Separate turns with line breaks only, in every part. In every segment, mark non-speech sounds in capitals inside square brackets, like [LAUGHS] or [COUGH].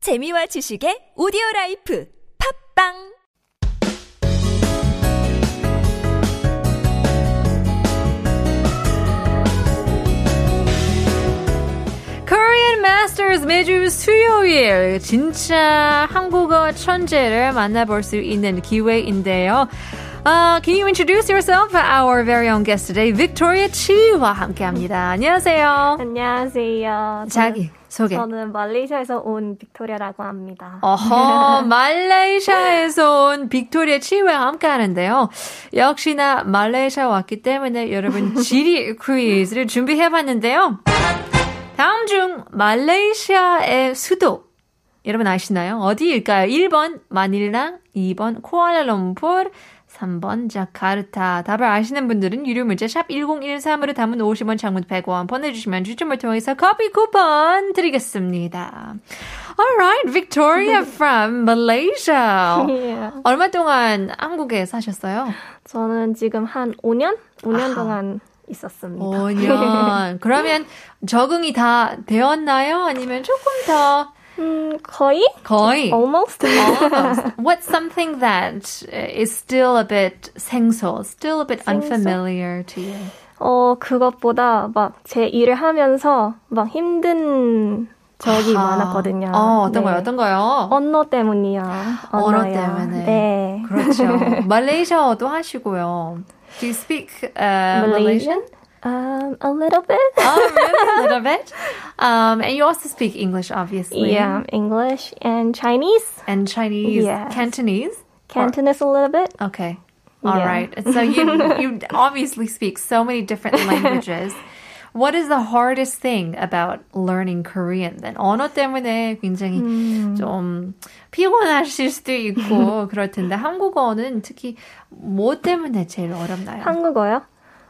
재미와 지식의 오디오 라이프 팝빵
Korean Masters 매주 수요일 진짜 한국어 천재를 만나볼 수 있는 기회인데요. Uh, can you introduce yourself? Our very own guest today, Victoria Chi와 함께합니다. 안녕하세요.
안녕하세요. 저는-
자기 네. 소개.
저는 말레이시아에서 온 빅토리아라고 합니다.
어허, 말레이시아에서 온 빅토리아 치와 함께 하는데요. 역시나 말레이시아 왔기 때문에 여러분 지리 퀴즈를 준비해 봤는데요. 다음 중 말레이시아의 수도 여러분 아시나요? 어디일까요? 1번 마닐라, 2번 쿠알라룸푸르, 3번 자카르타. 답을 아시는 분들은 유료 문자 샵 1013으로 담은 50원 장문 100원 보내주시면 추첨을 통해서 커피 쿠폰 드리겠습니다. Alright, Victoria from Malaysia.
[LAUGHS] 예.
얼마 동안 한국에 사셨어요?
저는 지금 한 5년? 5년
아하.
동안 있었습니다.
5년. 그러면 적응이 다 되었나요? 아니면 조금 더
[LAUGHS] 음, 거의?
거의?
어,
어?
Almost.
[LAUGHS] What's something that uh, is still a bit 생소, still a bit unfamiliar to you?
[LAUGHS] 어, 그것보다 막 제 일을 하면서 막 힘든 적이 많았거든요.
어, 어떤
네.
거요? 어떤 거요?
언어 때문이요.
언어
언어요.
때문에.
네. [LAUGHS]
그렇죠. 말레이시아어도 하시고요. Do you speak uh, Malaysian?
Malaysian? Um, a little bit.
Oh, really? A little bit. Um, and you also speak English, obviously.
Yeah, English and Chinese.
And Chinese,
Yes.
Cantonese.
Cantonese a little bit.
Okay. all
Yeah.
right. So
[LAUGHS]
you you obviously speak so many different languages. What is the hardest thing about learning Korean then? 언어 때문에 굉장히
음.
좀 피곤하실 수도
[LAUGHS]
있고 그럴 텐데 한국어는 특히 뭐 때문에 제일 어렵나요?
한국어요?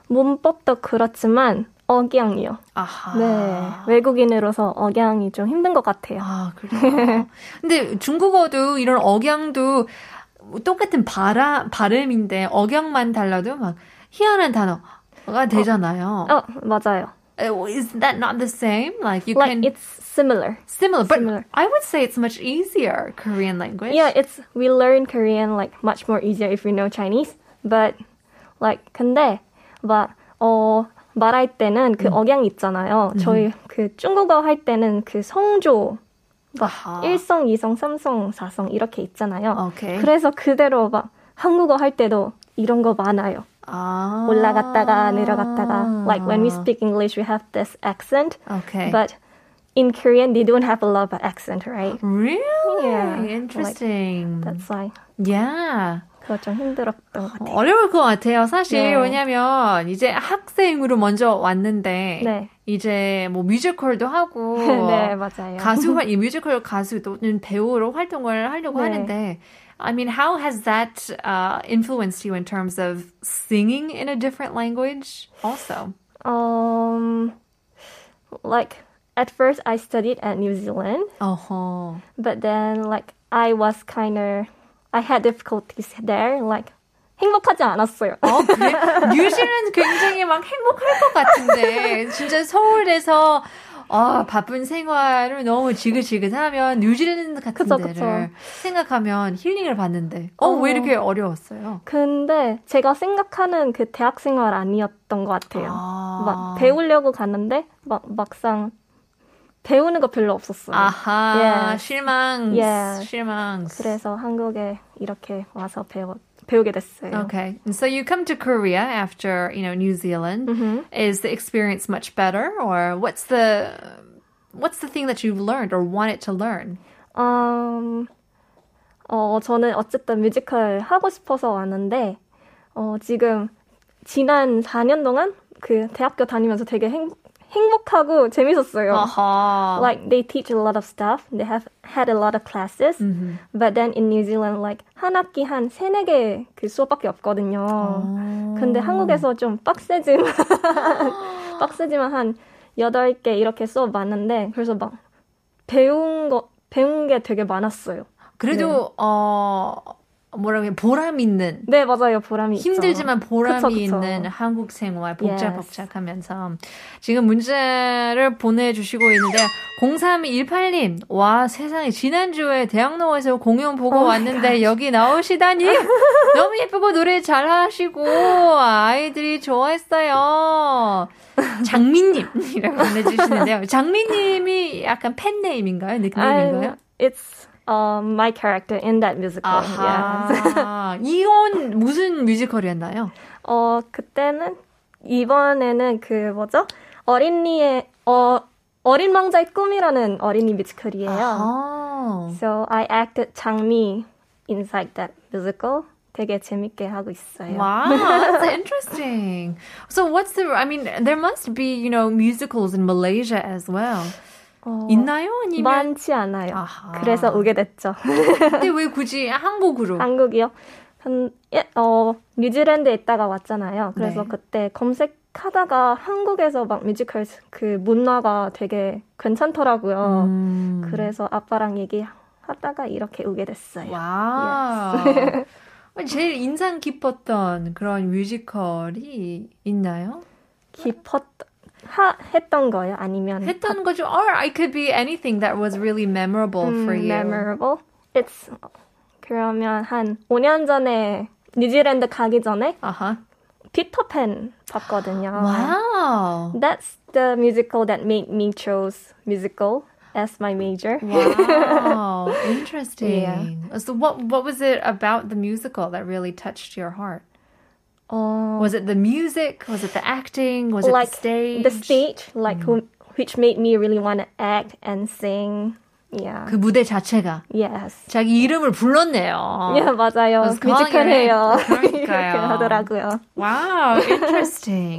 문법도 그렇지만 억양이요.
아하.
네, 외국인으로서 억양이 좀 힘든 것 같아요.
아,
[LAUGHS]
그래요. 근데 중국어도 이런 억양도 뭐 똑같은 발음, 발음인데 억양만 달라도 막 희한한 단어가 되잖아요.
어, 맞아요.
Uh, Is that not the same? Like you
Like
can
it's similar.
similar, but
similar.
I would say it's much easier Korean language.
Yeah, it's we learn Korean like much more easier if we know Chinese. But like 근데 막어 말할 때는
음.
그 억양 있잖아요. 저희 그 중국어 할 때는 그 성조
아하. 어, 네.
일성이성삼성사성 이렇게 있잖아요.
오케이.
그래서 그대로 막 한국어 할 때도 이런 거 많아요.
아.
올라갔다가 내려갔다가 like when we speak English we have this accent
Okay.
but in Korean they don't have a lot of accent right
really
Yeah, like
interesting.
that's why
yeah.
그거 좀 힘들었던 것 같아요
뭐 어려울 것 같아요. 사실
네.
왜냐면 이제 학생으로 먼저 왔는데
네.
이제 뭐 뮤지컬도 하고
[LAUGHS] 네 맞아요
가수 활- 이 뮤지컬 가수 또는 배우로 활동을 하려고
네.
하는데 I mean how has that uh, influenced you in terms of singing in a different language also?
um like at first I studied at New Zealand
어허.
but then like I was kind of I had difficulties there like 행복하지 않았어요
어, 그래? 뉴질은 굉장히 막 행복할 것 같은데 진짜 서울에서 아, 바쁜 생활을 너무 지긋지긋하면 뉴질랜드 같은
그쵸,
데를
그쵸.
생각하면 힐링을 받는데 어, 왜
어.
이렇게 어려웠어요?
근데 제가 생각하는 그 대학생활 아니었던 것 같아요
아.
막 배우려고 갔는데 막 막상 배우는 거 별로 없었어요.
아하
Yes.
실망
Yes.
실망
그래서 한국에 이렇게 와서 배워 배우게 됐어요.
Okay. And so you come to Korea after, you know, New Zealand.
Mm-hmm.
Is the experience much better or what's the what's the thing that you've learned or wanted to learn?
음, 어 저는 어쨌든 뮤지컬 하고 싶어서 왔는데 어 지금 지난 4년 동안 그 대학교 다니면서 되게 행, 행복하고 재밌었어요.
아하.
Like they teach a lot of stuff. They have had a lot of classes.
Mm-hmm.
But then in New Zealand like 한 학기 한 세네 개 그 수업밖에 없거든요.
아.
근데 한국에서 좀 빡세지만 [LAUGHS] 빡세지만 한 여덟 개 이렇게 수업 많은데 그래서 막 배운 거 배운 게 되게 많았어요.
그래도 어 뭐라고 해요? 보람 있는
네, 맞아요. 보람이 있죠.
힘들지만 보람이
그쵸, 그쵸.
있는 한국 생활
Yes.
복잡복잡하면서 지금 문자를 보내주시고 있는데 0318님 와 세상에 지난주에 대학로에서 공연 보고
Oh my
왔는데 여기
[LAUGHS]
나오시다니 너무 예쁘고 노래 잘하시고 아이들이 좋아했어요 장미님이라고 보내주시는데요 장미님이 약간 팬네임인가요 닉네임인가요?
I'm- It's um, my character in that musical. Yeah.
아하 [LAUGHS] 이건 무슨 뮤지컬이었나요?
어 그때는 이번에는 그 뭐죠? 어린이의 어 어린 왕자의 꿈이라는 어린이 뮤지컬이에요.
아.
So I acted 장미 inside that musical. 되게 재밌게 하고
[LAUGHS]
있어요.
Wow, that's interesting. So what's the I mean there must be, you know, musicals in Malaysia as well.
어,
있나요? 아니면
많지 않아요.
아하. 음.
그래서 오게 됐죠.
[LAUGHS] 근데 왜 굳이 한국으로?
한국이요. 한, 예, 어, 뉴질랜드에 있다가 왔잖아요. 그래서
네.
그때 검색하다가 한국에서 막 뮤지컬 그 문화가 되게 괜찮더라고요.
음.
그래서 아빠랑 얘기하다가 이렇게 오게 됐어요.
와.
[LAUGHS]
제일 인상 깊었던 그런 뮤지컬이 있나요?
깊었 하, 했던 거요? 아니면
했던 거죠. Or I could be anything that was really memorable
음,
for you.
memorable? It's 그러면 한 5년 전에 뉴질랜드 가기 전에
아하.
피터팬 봤거든요.
와우.
That's the musical that made me chose musical as my major. [LAUGHS]
Wow, interesting. So, what what was it about the musical that really touched your heart?
어,
Was it the music? Was it the acting? Was
like
it the stage?
the stage, like
음.
who, which made me really want to act and sing. Yeah.
그 무대 자체가
yes.
자기 이름을 불렀네요.
예, 맞아요.
그래서 그런
뮤지컬이에요.
게- 어. 그러니까요.
[LAUGHS] 이렇게 하더라고요. [LAUGHS]
Wow, interesting.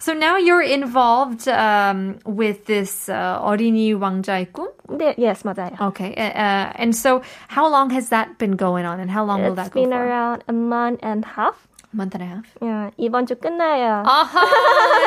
So now you're involved um, with this uh, 어린이 왕자의 꿈.
네, yes, 맞아요.
Okay, uh, uh, and so how long has that been going on, and how long will
It's
that
been
go for?
around a month and half.
A month and a
[LAUGHS]
half.
예, 이번 주 끝나요.
아하,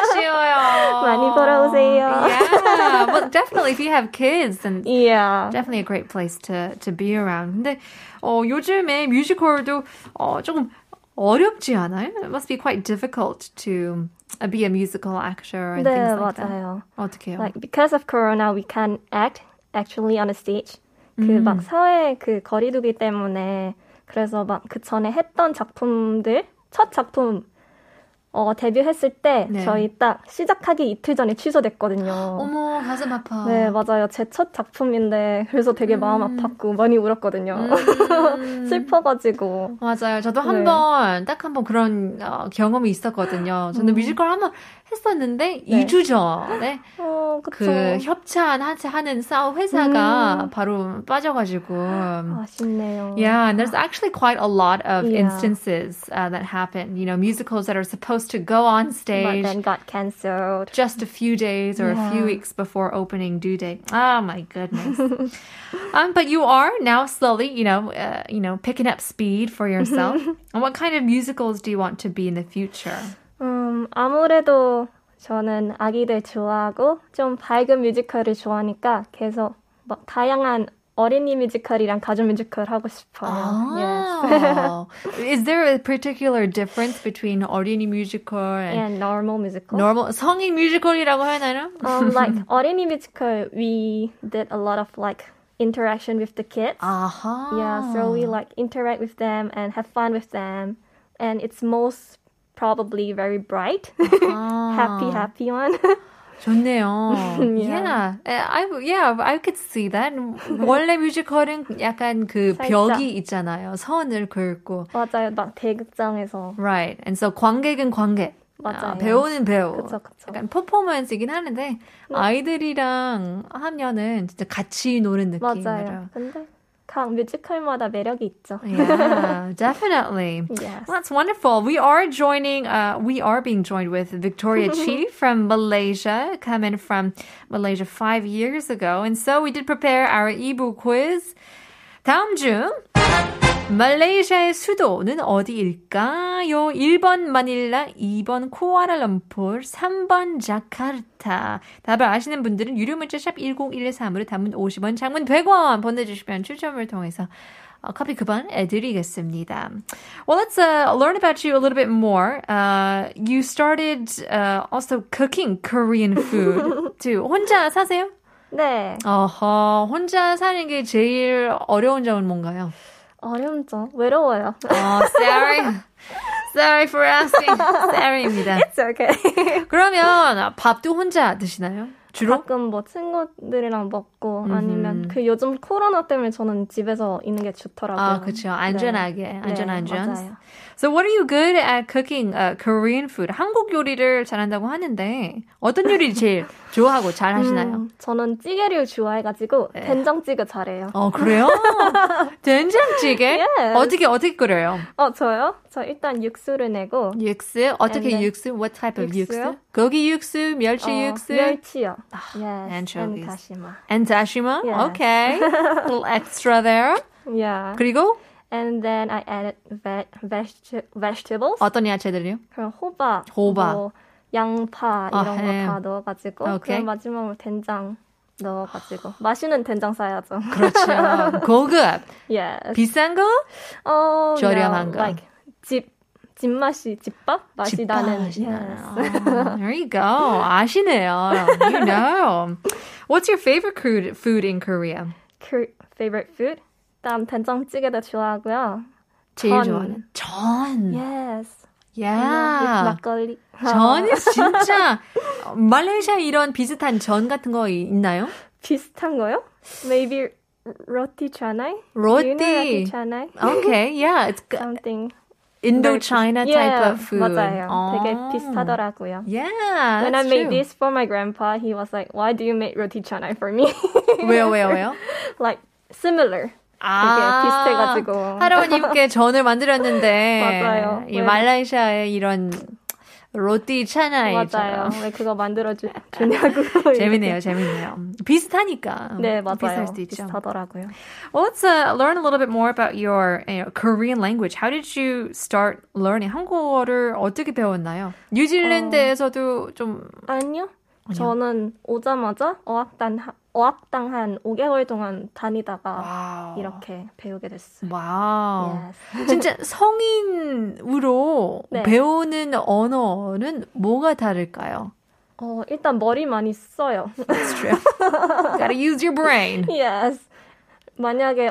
아쉬워요.
많이 돌아오세요.
Yeah, well, definitely if you have kids, then
Yeah.
definitely a great place to to be around. 근데 어, 요즘에 뮤지컬도 어, 조금 어렵지 않아요? It must be quite difficult to uh, be a musical actor and
네,
things like that.
맞아요.
어떻게요?
Like because of corona, we can't act actually on a stage. 그
음.
막 사회 그 거리두기 때문에 그래서 막 그 전에 했던 작품들 첫 작품 어 데뷔했을 때
네.
저희 딱 시작하기 이틀 전에 취소됐거든요.
어머 가슴 아파.
네 맞아요 제 첫 작품인데 그래서 되게 마음 아팠고 많이 울었거든요.
음.
[LAUGHS] 슬퍼가지고
맞아요. 저도
네.
한 번 딱 한 번 그런 어, 경험이 있었거든요. 저는 뮤지컬 한 번 했었는데
음. 네.
2주 전에
어 그쵸
그 협찬하는 싸움 회사가
음.
바로 빠져가지고.
아쉽네요.
Yeah, and there's actually quite a lot of
Yeah.
instances uh, that happen. You know, musicals that are supposed to go on
But
stage
then got cancelled.
just a few days or a few
Yeah.
weeks before opening due date. Oh my goodness. [LAUGHS] um, but you are now slowly, you know, uh, you know, picking up speed for
[LAUGHS]
yourself. and what kind of musicals do you want to be in the future?
음, 아무래도 저는 아기들 좋아하고 좀 밝은 뮤지컬을 좋아하니까 계속 뭐 다양한 어린이 뮤지컬이랑 가족 뮤지컬 하고 싶어요. Yes.
Oh. [LAUGHS] Is there a particular difference between 어린이 뮤지컬 and
And normal musical.
normal 성인 뮤지컬이라고 해야 되나?
Um,
[LAUGHS]
like 어린이 뮤지컬, we did a lot of like interaction with the kids.
아하.
Yeah, so
Ah.
we like interact with them and have fun with them, and it's most probably very bright, [LAUGHS] happy,
Ah.
happy one. [LAUGHS]
좋네요. yeah.
Yeah.
I yeah, I could see that. 원래 뮤지컬은 약간 그
살짝.
벽이 있잖아요. 선을 긁고.
맞아요, 막 대극장에서
Right. And so 관객은 관객.
맞아요.
아, 배우는 배우.
그쵸, 그쵸. 네.
약간 퍼포먼스이긴 하는데 아이들이랑 하면은 진짜 같이 노는 느낌으로.
맞아요. 근데 각 뮤지컬마다 매력이 있죠.
네. Yeah, definitely.
Yes.
Well, that's wonderful. We are joining, uh, we are being joined with Victoria Chi from Malaysia, coming from Malaysia five years ago. And so we did prepare our ebook quiz. 다음 중 말레이시아의 수도는 어디일까요? 1번 마닐라, 2번 쿠알라룸푸르, 3번 자카르타. 답을 아시는 분들은 유료 문자 샵 1013으로 단문 50원, 장문 100원 보내주시면 추첨을 통해서 어, 커피 그반 해드리겠습니다. Well, let's uh, learn about you a little bit more. Uh, you started uh, also cooking Korean food too. 혼자 사세요?
네.
어허, 혼자 사는 게 제일 어려운 점은 뭔가요?
어렵죠. 외로워요.
어, sorry. Sorry for asking. Sorry입니다. [LAUGHS]
It's okay.
그러면 밥도 혼자 드시나요? 주로?
가끔 뭐 친구들이랑 먹고 아니면 그 요즘 코로나 때문에 저는 집에서 있는 게
음.
좋더라고요.
아, 그렇죠. 안전하게. 안전
네,
안전.
맞아요.
So what are you good at cooking uh, Korean food? 한국 요리를 잘한다고 하는데 어떤 요리 제일 좋아하고 잘 하시나요?
음, 저는 찌개류 좋아해가지고
네.
된장찌개 잘해요.
어,
[LAUGHS]
그래요? 된장찌개?
Yes.
어떻게 어떻게 끓여요?
어, 저요? 저 일단 육수를 내고
육수? 어떻게
And then-
육수? What type of 육수?
육수요?
고기 육수, 멸치
어,
육수, 아,
멸치요. yes,
anchovies.
and 다시마.
and dashima.
Yeah.
Okay. A little extra there.
Yeah.
그리고
And then I added ve- veg- vegetables.
어떤 야채들이요?
그럼 호박,
호박.
뭐 양파
아,
이런 거
햄. 아,
다 넣어가지고
오케이.
그럼 마지막으로 된장 넣어가지고 맛있는 된장 싸야죠. [LAUGHS]
그렇죠. 고급.
yes.
비싼 거?
어,
저렴한
그냥
거.
Like 집 집맛이 집밥 맛이
집밥
나는.
맛이 나는.
yes.
아, there you go. 아시네요. You know. What's your favorite crude- food in Korea?
Cur- favorite food? 일단 된장찌개도 좋아하고요.
제일
전.
좋아하는 예. 전.
Yes. with
Yeah.
막걸리.
전이
[LAUGHS]
진짜 말레이시아 이런 비슷한 전 같은 거 이- 있나요?
비슷한 거요? Maybe roti canai? Do you know
로티.
roti canai?
Okay, yeah, it's g-
Something.
Indochina type
yeah,
of food.
맞아요. 되게
어.
비슷하더라고요.
Yeah,
When I
that's
made
true.
this for my grandpa, he was like, "Why do you make roti canai for me?" [LAUGHS]
왜요, 왜요, 왜요?
like similar.
아,
비슷해가지고. [LAUGHS]
할아버님께 전을 만들었는데
맞아요. 네.
이
왜?
말라이시아의 이런 로띠
맞아요.
차나이처럼
왜 그거 만들어
[LAUGHS]
주- 주냐고.
재밌네요, 재밌네요. 비슷하니까
[LAUGHS] 네, 맞아요.
비슷할 수도 있죠.
비슷하더라고요.
Well, let's uh, learn a little bit more about your you know, Korean language. How did you start learning 한국어를 어떻게 배웠나요? 뉴질랜드에서도 좀
아니요. 저는 오자마자 어학당 어학당 한 5개월 동안 다니다가
와우.
어, 아, 이렇게 배우게 됐어요.
와우.
Yes.
진짜 성인으로
[LAUGHS] 네.
배우는 언어는 뭐가 다를까요?
어, 일단 머리 많이 써요.
That's true. Gotta use your brain.
[LAUGHS] yes. 만약에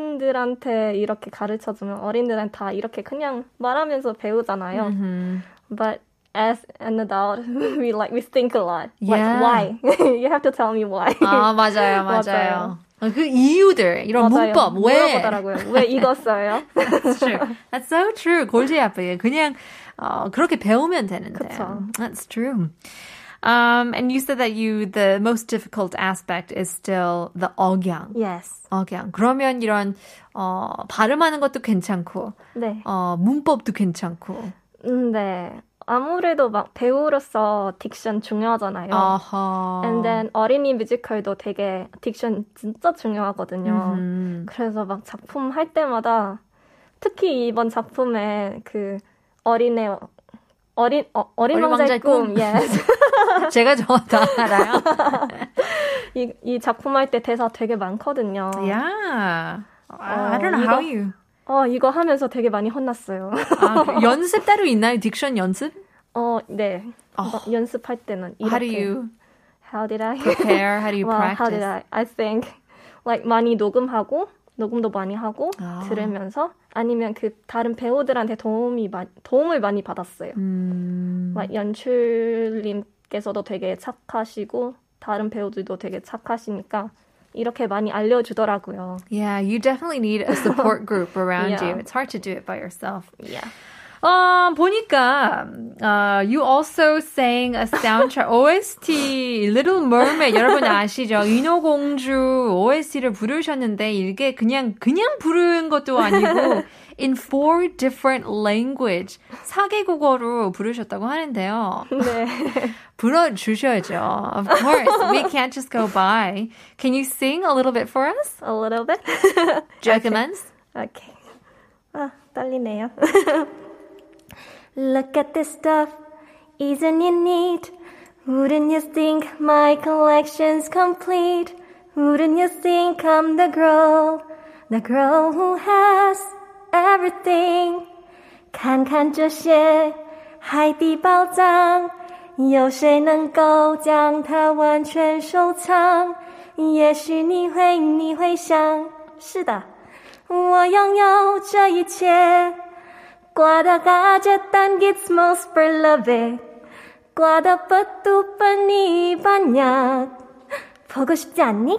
어린들한테 이렇게 가르쳐 주면 어린들은 다 이렇게 그냥 말하면서 배우잖아요.
음.
Mm-hmm. But as an adult, [LAUGHS] we like we think a lot.
Yeah.
Like why? [LAUGHS] you have to tell me why.
아, 맞아요, 맞아요.
맞아요.
어, 그 이유들, 이런
맞아요.
문법, 왜?
물어보더라고요. 왜
[LAUGHS]
이거 써요?
That's true. That's so true. 골지 아프게. 그냥, 어, 그렇게 배우면 되는데.
그쵸.
That's true. Um, and you said that you, the most difficult aspect is still the 억양.
yes.
억양. 그러면 이런, 어, 발음하는 것도 괜찮고,
네.
어, 문법도 괜찮고.
음, 네. 아무래도 막 배우로서 딕션 중요하잖아요.
아하.
어. And then 어린이 뮤지컬도 되게 딕션 진짜 중요하거든요.
음.
그래서 막 작품 할 때마다 특히 이번 작품에 그 어린애 어린 어,
어린
어린
왕자의
왕자의 꿈,
꿈.
예. yes.
[LAUGHS] 제가 저 다 알아요.
이, 이 작품 할 때 대사 되게 많거든요.
예. yeah. I
어,
don't know how
이거-
you.
어 이거 하면서 되게 많이 혼났어요. [LAUGHS]
아, 그 연습 따로 있나요? 딕션 연습?
어 네.
어.
막 연습할 때는 이렇게
How do you
How did I [LAUGHS]
prepare? How do you
well, how did
practice?
I I think like 많이 녹음하고 녹음도 많이 하고
아.
들으면서 아니면 그 다른 배우들한테 도움이 많 도움을 많이 받았어요.
음,
막 연출님께서도 되게 착하시고 다른 배우들도 되게 착하시니까 이렇게 많이 알려주더라고요.
yeah, you definitely need a support group around
[LAUGHS] Yeah.
you. It's hard to do it by yourself.
Yeah.
어, 보니까 어, you also sang a soundtrack OST Little Mermaid 여러분 아시죠? 인어공주 OST를 부르셨는데 이게 그냥 그냥 부른 것도 아니고 in four different language 4개국어로 부르셨다고 하는데요.
네.
불어 주셔야죠. Of course, we can't just go by. Can you sing a little bit for us?
[LAUGHS]
A little bit.
Jacquemines.
Okay.
아, 떨리네요. Look at this stuff. Isn't it neat? Wouldn't you think my collection's complete? Wouldn't you think I'm the girl? The girl who has everything. 看看这些海底宝藏，有谁能够将它完全收藏？也许你会，你会想，是的，我拥有这一切。刮的嘎着蛋 gets most b e l o v e 꽈다빠뚜빠니 반냥 보고 싶지 않니?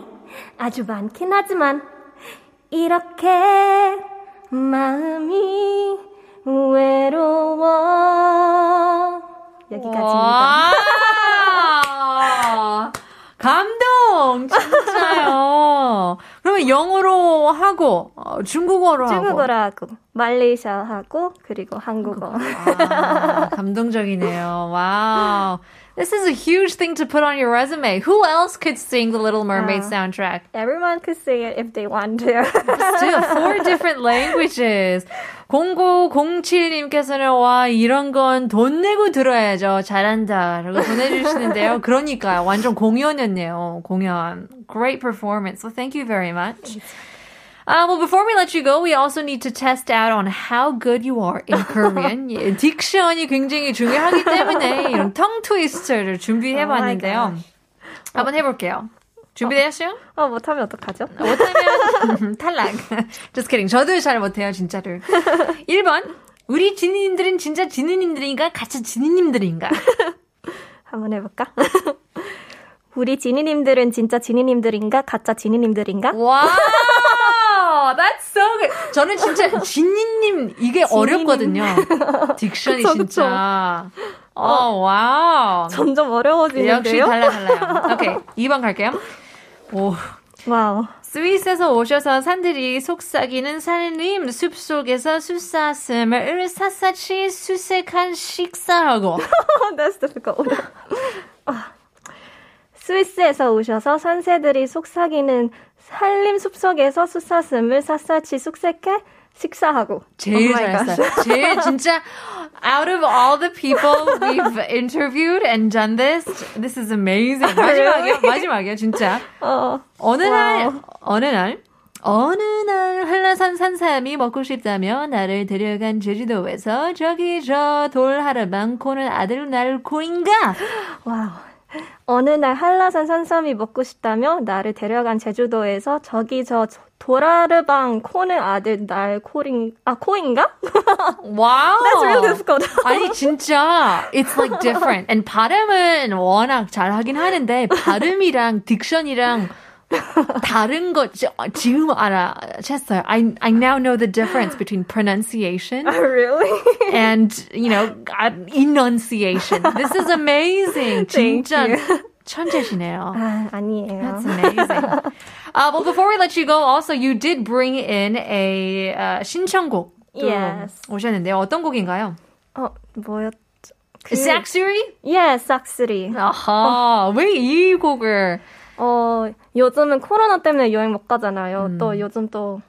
아주 많긴 하지만 이렇게 마음이 외로워 여기까지입니다.
와. [LAUGHS] 감동! 진짜요. 그러면 영어로 하고, 어, 중국어로 하고.
중국어라고 말레이시아하고 그리고 한국어.
아, 감동적이네요. 와우. This is a huge thing to put on your resume. Who else could sing the Little Mermaid
아.
soundtrack?
[LAUGHS] Everyone could say it if they want to. [LAUGHS]
Still, four different languages. 0907님께서는 와 이런 건 돈 내고 들어야죠. 잘한다. 라고 보내주시는데요. 그러니까요. 완전 공연이었네요. 공연. Great performance. So thank you very much. Uh, well, before we let you go, we also need to test out on how good you are in
[LAUGHS]
Korean. 예, 딕션이 굉장히 중요하기 때문에 이런 텅 트위스터를 준비해봤는데요.
Oh my
한번 해볼게요. 준비되셨어요?
아 못하면 어떡하죠?
못하면
[LAUGHS]
탈락. Just kidding. 저도 잘 못해요, 진짜로. 1번. 우리 지니님들은 진짜 지니님들인가? 같이 지니님들인가?
한번 해볼까? [LAUGHS] 우리 지니님들은 진짜 지니님들인가 가짜 지니님들인가?
와! That's so good. 저는 진짜 지니님, 이게 어렵거든요. 딕션이
그쵸, 그쵸.
진짜. 어, 와우.
점점
네, 역시
어려워지는데요.
달라, 달라요. 오케이. [LAUGHS] 2번 갈게요. 오.
와우.
스위스에서 오셔서 산들이 속삭이는 산림 숲속에서 수사슴을 샅샅이 수색한 식사하고
That's difficult. 아. 스위스에서 오셔서 산새들이 속삭이는 산림 숲속에서 수사슴을 샅샅이 숙색해 식사하고.
제일
Oh my gosh.
잘했어요. [LAUGHS] 제일 진짜 out of all the people we've interviewed and done this, this is
[LAUGHS]
amazing. 마지막이야, 마지막이야, 진짜.
어.
어느 날,
와우.
어느 날, 어느 날 한라산 산삼이 먹고 싶다며 나를 데려간 제주도에서 저기 저 돌 하나만 코는 아들 날 코인가?
와우. 어느 날 한라산 산삼이 먹고 싶다며 나를 데려간 제주도에서 저기 저 도라르방 코는 아들 날 코링 아 코인가?
와우.
That's really difficult.
아니 진짜 it's like different. And 발음은 워낙 잘 하긴 하는데 발음이랑 딕션이랑 다른 거 지- 지금 알아챘어요. I I now know the difference between pronunciation
[LAUGHS] really?
and you know uh, enunciation. This is amazing.
Thank
진짜
you.
천재시네요.
아 아니에요.
That's amazing. uh, well, before we let you go, also you did bring in a uh, 신청곡.
Yes.
오셨는데요. 어떤 곡인가요?
어 뭐였죠? 그...
싹쓸이?
예, 싹쓰리.
아하, 왜 이 곡을?
어, 요즘은 코로나 때문에 여행 못 가잖아요.
음.
또 요즘 또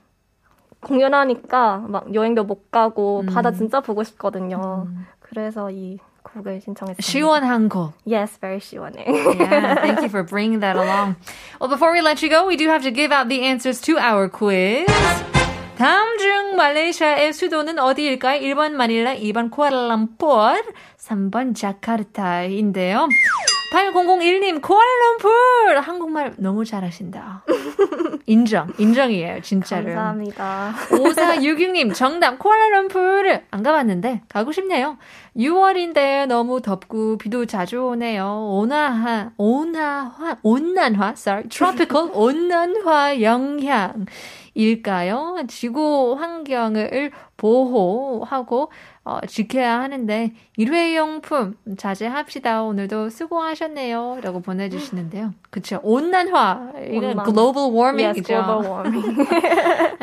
공연하니까 막 여행도 못
음.
가고 바다 진짜 보고 싶거든요. 그래서 이 곡을 신청했어요.
시원한 음. 곡.
Yes, very 시원해.
Yeah, thank you for bringing that along. Well, before we let you go, we do have to give out the answers to our quiz. 다음 중 말레이시아의 수도는 어디일까요? 1번 마닐라, 2번 쿠알라룸푸르, 3번 자카르타인데요. 8001님, 쿠알라룸푸르! 한국말 너무 잘하신다. 인정, 인정이에요, 진짜로.
[LAUGHS] 감사합니다.
5466님 정답 쿠알라룸푸르 안 가봤는데 가고 싶네요. 6월인데 너무 덥고 비도 자주 오네요. 온화한 온화화 온난화 sorry
[LAUGHS]
tropical 온난화 영향일까요? 지구 환경을 보호하고 어, 지켜야 하는데 일회용품 자제합시다. 오늘도 수고하셨네요.라고 보내주시는데요. 그쵸 온난화 이건
온난화.
global warming이죠.
Yes, global warming.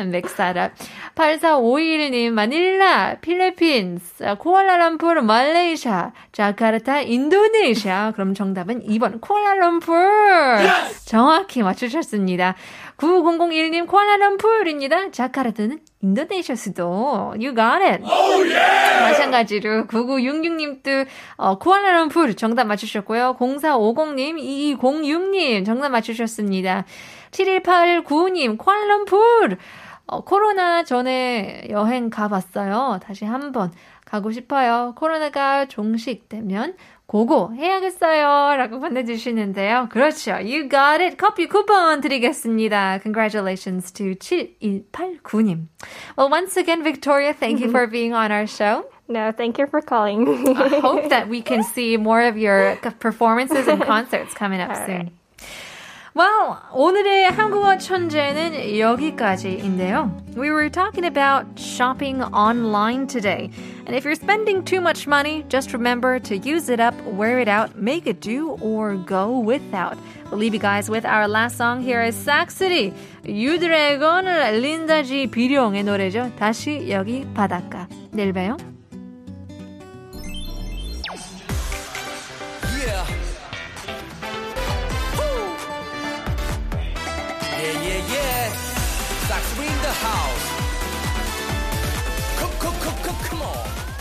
[LAUGHS]
[LAUGHS]
And mix that up. 8451님, 마닐라, 필리핀스, 아, 쿠알라룸푸르, 말레이시아, 자카르타, 인도네시아. 그럼 정답은 2번, 쿠알라룸푸르! 정확히 맞추셨습니다. 9001님 쿠알라룸푸르입니다. 자카르타는 인도네시아 수도. You got it. 마찬가지로 9966님도 어, 쿠알라룸푸르 정답 맞추셨고요. 0450님, 2206님 정답 맞추셨습니다. 718195님 쿠알라룸푸르 어, 코로나 전에 여행 가봤어요. 다시 한번 가고 싶어요. 코로나가 종식되면 고고 해야겠어요. 라고 보내주시는데요. 그렇죠. You got it. 커피 쿠폰 드리겠습니다. Congratulations to 7189님. Well, once again, Victoria, thank you for being on our show.
No, thank you for calling.
[LAUGHS] I hope that we can see more of your performances and concerts coming up soon. Well, 오늘의 한국어 천재는 여기까지인데요. We were talking about shopping online today. And if you're spending too much money, just remember to use it up, wear it out, make it do, or go without. We'll leave you guys with our last song here is Saxity. 유드래곤 린다 지 비룡의 노래죠. 다시 여기 바닷가. 내일 봬요.
Yeah. Woo. Yeah, yeah, yeah. Sax in the house. Come, come, come, come, come on.